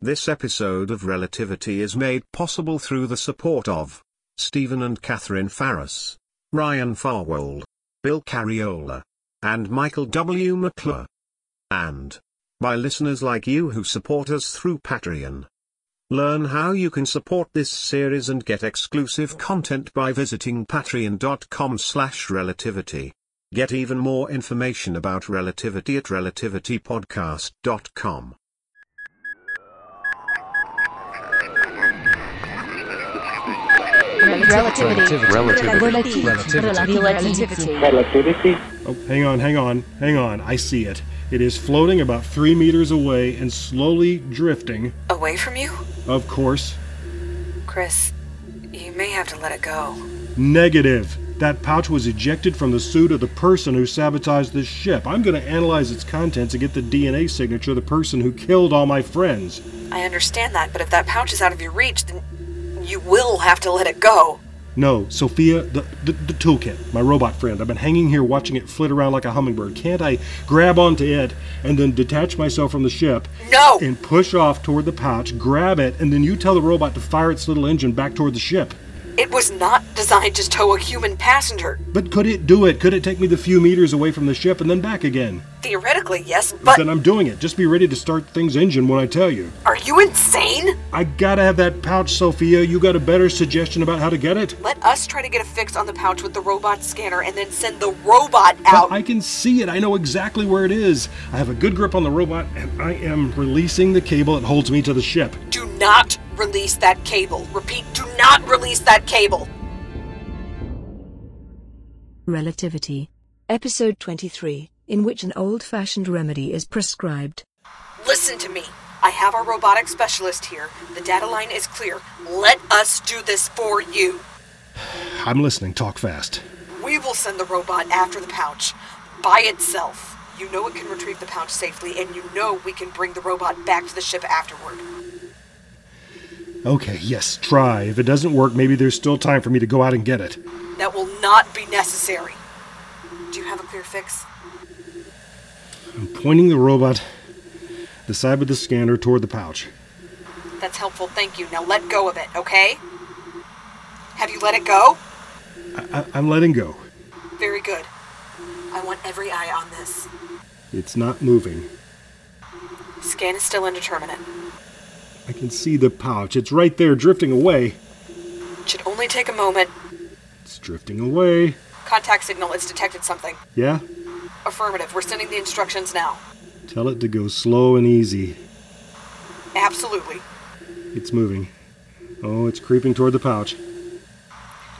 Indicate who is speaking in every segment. Speaker 1: This episode of Relativity is made possible through the support of Stephen and Catherine Farris, Ryan Farwell, Bill Carriola, and Michael W. McClure. And by listeners like you who support us through Patreon. Learn how you can support this series and get exclusive content by visiting patreon.com slash relativity. Get even more information about relativity at relativitypodcast.com.
Speaker 2: Relativity.
Speaker 3: Relativity.
Speaker 2: Relativity. Relativity.
Speaker 4: Relativity.
Speaker 5: Oh, hang on, hang on, hang on. I see it. It is floating about three meters away and slowly drifting,
Speaker 6: Away from you?
Speaker 5: of course.
Speaker 6: Chris, you may have to let it go.
Speaker 5: Negative. That pouch was ejected from the suit of the person who sabotaged this ship. I'm going to analyze its contents and get the DNA signature of the person who killed all my friends.
Speaker 6: I understand that, but if that pouch is out of your reach, then you will have to let it go.
Speaker 5: No, Sophia, the, the, the toolkit, my robot friend. I've been hanging here watching it flit around like a hummingbird. Can't I grab onto it and then detach myself from the ship
Speaker 6: No!
Speaker 5: and push off toward the pouch, grab it, and then you tell the robot to fire its little engine back toward the ship.
Speaker 6: It was not designed to tow a human passenger.
Speaker 5: But could it do it? Could it take me the few meters away from the ship and then back again?
Speaker 6: Theoretically, yes, but
Speaker 5: then I'm doing it. Just be ready to start things engine when I tell you.
Speaker 6: are you insane?
Speaker 5: I gotta have that pouch, Sophia. You got a better suggestion about how to get it?
Speaker 6: Let us try to get a fix on the pouch with the robot scanner and then send the robot
Speaker 5: But
Speaker 6: out.
Speaker 5: I can see it. I know exactly where it is. I have a good grip on the robot, and I am releasing the cable that holds me to the ship.
Speaker 6: Do not release that cable. Repeat, do not release that cable.
Speaker 3: Relativity. Episode 23, in which an old fashioned remedy is prescribed.
Speaker 6: Listen to me. I have our robotic specialist here. The data line is clear. Let us do this for you.
Speaker 5: I'm listening. Talk fast.
Speaker 6: We will send the robot after the pouch by itself. You know it can retrieve the pouch safely, and you know we can bring the robot back to the ship afterward.
Speaker 5: Okay, yes, try. If it doesn't work, maybe there's still time for me to go out and get it.
Speaker 6: That will not be necessary. Do you have a clear fix?
Speaker 5: I'm pointing the robot, the side of the scanner, toward the pouch.
Speaker 6: That's helpful, thank you. Now let go of it, okay? Have you let it go?
Speaker 5: I- I- I'm letting go.
Speaker 6: Very good. I want every eye on this.
Speaker 5: It's not moving.
Speaker 6: Scan is still indeterminate.
Speaker 5: I can see the pouch. It's right there, drifting away.
Speaker 6: Should only take a moment.
Speaker 5: It's drifting away.
Speaker 6: Contact signal, it's detected something.
Speaker 5: Yeah?
Speaker 6: Affirmative, we're sending the instructions now.
Speaker 5: Tell it to go slow and easy.
Speaker 6: Absolutely.
Speaker 5: It's moving. Oh, it's creeping toward the pouch.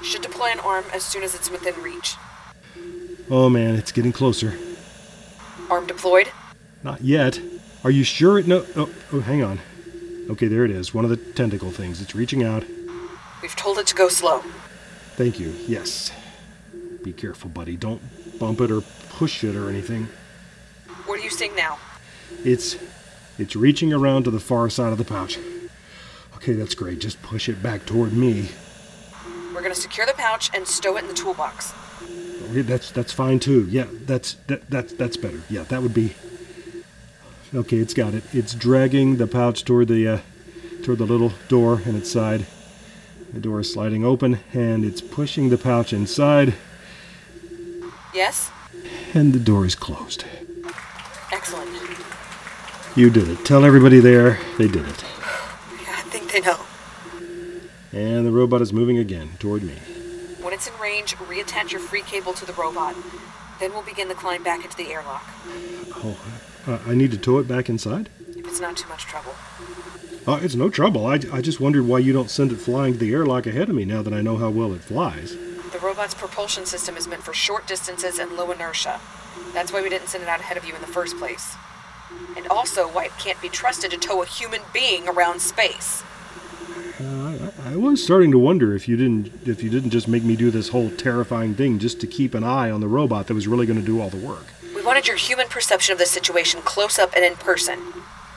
Speaker 6: Should deploy an arm as soon as it's within reach.
Speaker 5: Oh man, it's getting closer.
Speaker 6: Arm deployed.
Speaker 5: Not yet. Are you sure it no oh, oh hang on. Okay, there it is. One of the tentacle things. It's reaching out.
Speaker 6: We've told it to go slow.
Speaker 5: Thank you. Yes. Be careful, buddy. Don't bump it or push it or anything.
Speaker 6: What are you seeing now?
Speaker 5: It's it's reaching around to the far side of the pouch. Okay, that's great. Just push it back toward me.
Speaker 6: We're gonna secure the pouch and stow it in the toolbox.
Speaker 5: Okay, that's that's fine too. Yeah, that's that, that's that's better. Yeah, that would be. Okay, it's got it. It's dragging the pouch toward the uh, toward the little door in its side. The door is sliding open, and it's pushing the pouch inside,
Speaker 6: Yes?
Speaker 5: and the door is closed.
Speaker 6: Excellent.
Speaker 5: You did it. Tell everybody there they did it.
Speaker 6: Yeah, I think they know.
Speaker 5: And the robot is moving again toward me.
Speaker 6: When it's in range, reattach your free cable to the robot. Then we'll begin the climb back into the airlock.
Speaker 5: Oh, uh, I need to tow it back inside.
Speaker 6: If it's not too much trouble.
Speaker 5: Uh, it's no trouble. I, I just wondered why you don't send it flying to the airlock ahead of me now that I know how well it flies.
Speaker 6: The robot's propulsion system is meant for short distances and low inertia. That's why we didn't send it out ahead of you in the first place. And also why it can't be trusted to tow a human being around space.
Speaker 5: Uh, I, I was starting to wonder if you didn't if you didn't just make me do this whole terrifying thing just to keep an eye on the robot that was really going to do all the work.
Speaker 6: We wanted your human perception of this situation close up and in person.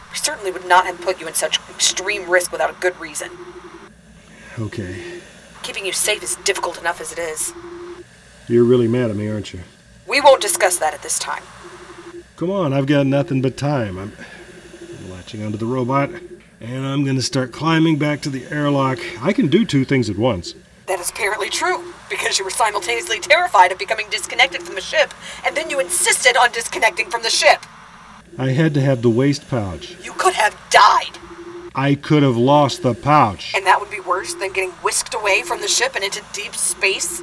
Speaker 6: We certainly would not have put you in such extreme risk without a good reason.
Speaker 5: Okay,
Speaker 6: Keeping you safe is difficult enough as it is.
Speaker 5: you're really mad at me, aren't you?
Speaker 6: We won't discuss that at this time.
Speaker 5: Come on, I've got nothing but time. I'm latching onto the robot. And I'm going to start climbing back to the airlock. I can do two things at once.
Speaker 6: That is apparently true, because you were simultaneously terrified of becoming disconnected from the ship, and then you insisted on disconnecting from the ship.
Speaker 5: I had to have the waste pouch.
Speaker 6: You could have died,
Speaker 5: I could have lost the pouch.
Speaker 6: and that would be worse than getting whisked away from the ship and into deep space.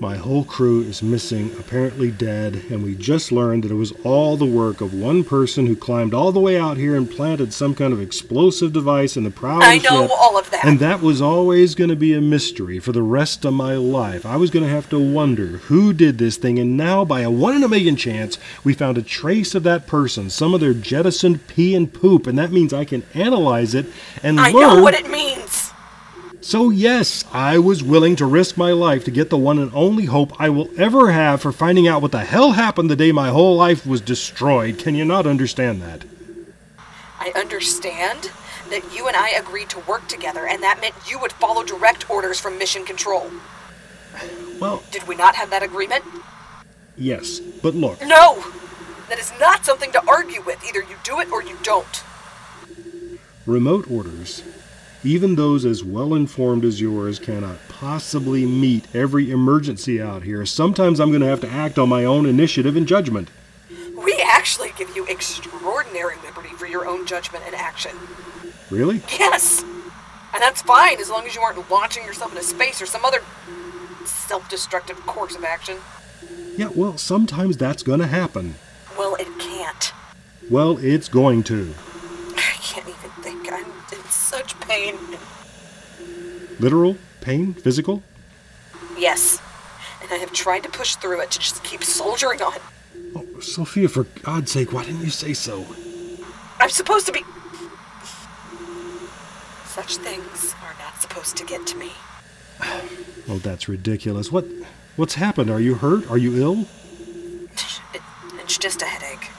Speaker 5: My whole crew is missing, apparently dead, and we just learned that it was all the work of one person who climbed all the way out here and planted some kind of explosive device in the prow of
Speaker 6: I
Speaker 5: the
Speaker 6: know
Speaker 5: ship.
Speaker 6: all of that.
Speaker 5: And that was always going to be a mystery for the rest of my life. I was going to have to wonder who did this thing, and now, by a one in a million chance, we found a trace of that person, some of their jettisoned pee and poop, and that means I can analyze it and
Speaker 6: I
Speaker 5: learn.
Speaker 6: know what it means.
Speaker 5: So, yes, I was willing to risk my life to get the one and only hope I will ever have for finding out what the hell happened the day my whole life was destroyed. Can you not understand that?
Speaker 6: I understand that you and I agreed to work together, and that meant you would follow direct orders from Mission Control.
Speaker 5: Well,
Speaker 6: Did we not have that agreement?
Speaker 5: yes, but look,
Speaker 6: No! That is not something to argue with. Either you do it or you don't.
Speaker 5: remote orders, even those as well informed as yours, cannot possibly meet every emergency out here. Sometimes I'm going to have to act on my own initiative and judgment.
Speaker 6: We actually give you extraordinary liberty for your own judgment and action.
Speaker 5: Really?
Speaker 6: Yes! And that's fine as long as you aren't launching yourself into space or some other self destructive course of action.
Speaker 5: Yeah, well, sometimes that's going to happen.
Speaker 6: Well, it can't.
Speaker 5: Well, it's going to.
Speaker 6: I can't even think. I'm in such pain.
Speaker 5: Literal? Pain? Physical?
Speaker 6: Yes. And I have tried to push through it to just keep soldiering on.
Speaker 5: Oh, Sophia, for God's sake, why didn't you say so?
Speaker 6: I'm supposed to be. Such things are not supposed to get to me.
Speaker 5: Oh, that's ridiculous. What, what's happened? Are you hurt? Are you ill?
Speaker 6: It, it's just a headache.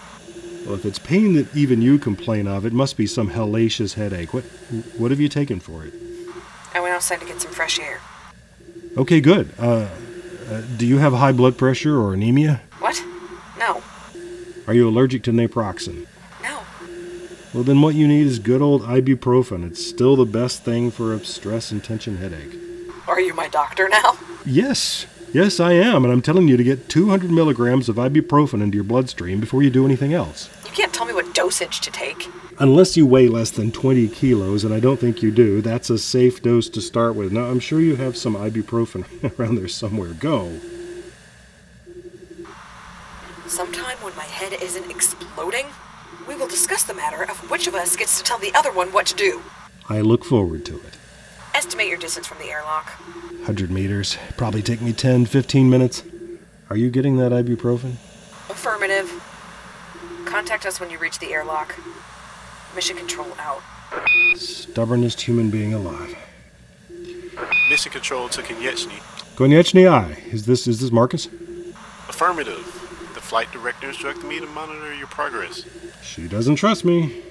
Speaker 5: Well, if it's pain that even you complain of, it must be some hellacious headache. What, what have you taken for it?
Speaker 6: I went outside to get some fresh air.
Speaker 5: Okay, good. Uh, uh, do you have high blood pressure or anemia?
Speaker 6: What? No.
Speaker 5: Are you allergic to naproxen?
Speaker 6: No.
Speaker 5: Well, then what you need is good old ibuprofen. It's still the best thing for a stress and tension headache.
Speaker 6: Are you my doctor now?
Speaker 5: Yes, yes, I am, and I'm telling you to get 200 milligrams of ibuprofen into your bloodstream before you do anything else.
Speaker 6: You can't tell me what dosage to take.
Speaker 5: Unless you weigh less than 20 kilos, and I don't think you do, that's a safe dose to start with. Now, I'm sure you have some ibuprofen around there somewhere. Go.
Speaker 6: Sometime when my head isn't exploding, we will discuss the matter of which of us gets to tell the other one what to do.
Speaker 5: I look forward to it.
Speaker 6: Estimate your distance from the airlock.
Speaker 5: 100 meters. Probably take me 10, 15 minutes. Are you getting that ibuprofen?
Speaker 6: Affirmative. Contact us when you reach the airlock. Mission control out.
Speaker 5: Stubbornest human being alive.
Speaker 4: Mission Control to Konyechny.
Speaker 5: Konyechny I. Is this, is this Marcus?
Speaker 4: Affirmative. The flight director instructed me to monitor your progress.
Speaker 5: She doesn't trust me.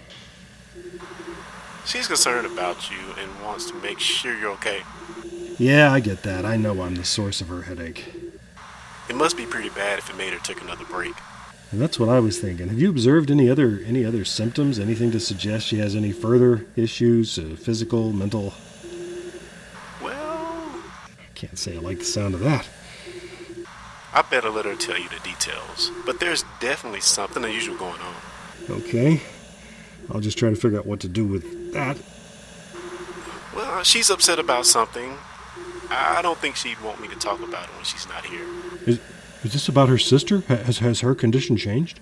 Speaker 4: She's concerned about you and wants to make sure you're okay.
Speaker 5: Yeah, I get that. I know I'm the source of her headache.
Speaker 4: It must be pretty bad if it made her take another break.
Speaker 5: And that's what I was thinking. Have you observed any other any other symptoms? Anything to suggest she has any further issues, uh, physical, mental?
Speaker 4: Well,
Speaker 5: Can't say I like the sound of that.
Speaker 4: I better let her tell you the details. But there's definitely something unusual going on.
Speaker 5: Okay, I'll just try to figure out what to do with that.
Speaker 4: Well, uh, she's upset about something. I I don't think she'd want me to talk about it when she's not here.
Speaker 5: Is is this about her sister? Ha- Has has her condition changed?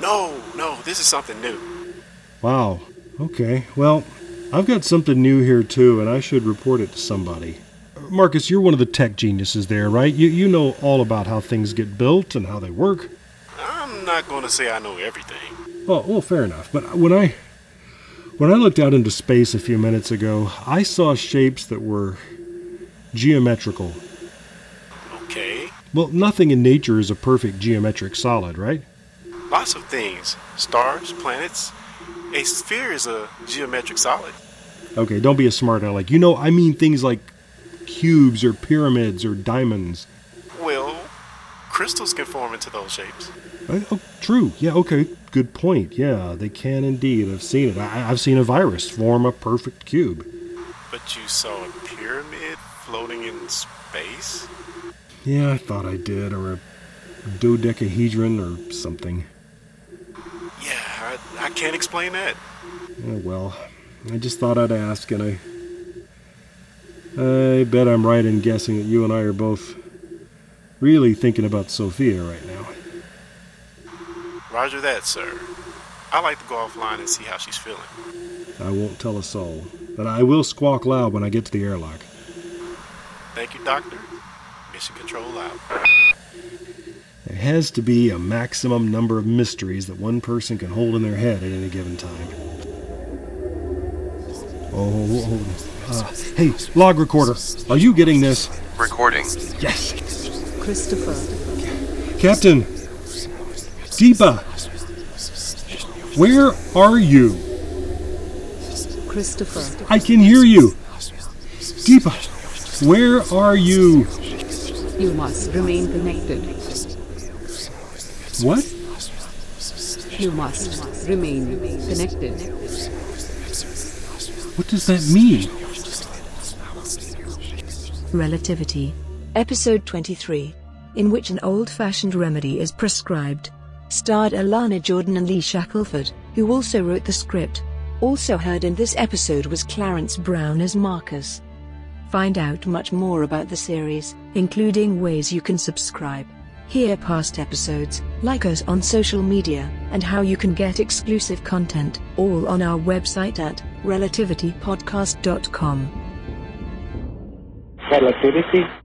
Speaker 4: No, no, this is something new.
Speaker 5: Wow. Okay. Well, I've got something new here too, and I should report it to somebody. Marcus, you're one of the tech geniuses there, right? You you know all about how things get built and how they work.
Speaker 4: I'm not going to say I know everything.
Speaker 5: Well, well, fair enough. But when I when I looked out into space a few minutes ago, I saw shapes that were geometrical.
Speaker 4: Okay?
Speaker 5: Well, nothing in nature is a perfect geometric solid, right?
Speaker 4: Lots of things stars, planets. A sphere is a geometric solid.
Speaker 5: Okay, don't be a smart aleck. You know, I mean things like cubes or pyramids or diamonds.
Speaker 4: Well, crystals can form into those shapes.
Speaker 5: Oh, oh, true. Yeah, okay. Good point. Yeah, they can indeed. I've seen it. I, I've seen a virus form a perfect cube.
Speaker 4: But you saw a pyramid floating in space?
Speaker 5: Yeah, I thought I did, or a dodecahedron or something.
Speaker 4: Yeah, I, I can't explain that.
Speaker 5: Oh, well, I just thought I'd ask, and I. I bet I'm right in guessing that you and I are both really thinking about Sophia right now.
Speaker 4: Roger that, sir. I like to go offline and see how she's feeling.
Speaker 5: I won't tell a soul, but I will squawk loud when I get to the airlock.
Speaker 4: Thank you, Doctor. Mission Control out.
Speaker 5: There has to be a maximum number of mysteries that one person can hold in their head at any given time. Oh, oh, uh, hey, log recorder, are you getting this?
Speaker 7: Recording.
Speaker 5: Yes.
Speaker 2: Christopher.
Speaker 5: Captain, Deepa, where are you?
Speaker 2: Christopher.
Speaker 5: I can hear you. Deepa, where are you?
Speaker 2: You must remain connected.
Speaker 5: What?
Speaker 2: You must remain connected.
Speaker 5: What does that mean?
Speaker 3: Relativity. Episode 23. In which an old fashioned remedy is prescribed. Starred Alana Jordan and Lee Shackelford, who also wrote the script. Also heard in this episode was Clarence Brown as Marcus. Find out much more about the series, including ways you can subscribe, hear past episodes, like us on social media, and how you can get exclusive content, all on our website at relativitypodcast.com.
Speaker 8: Relativity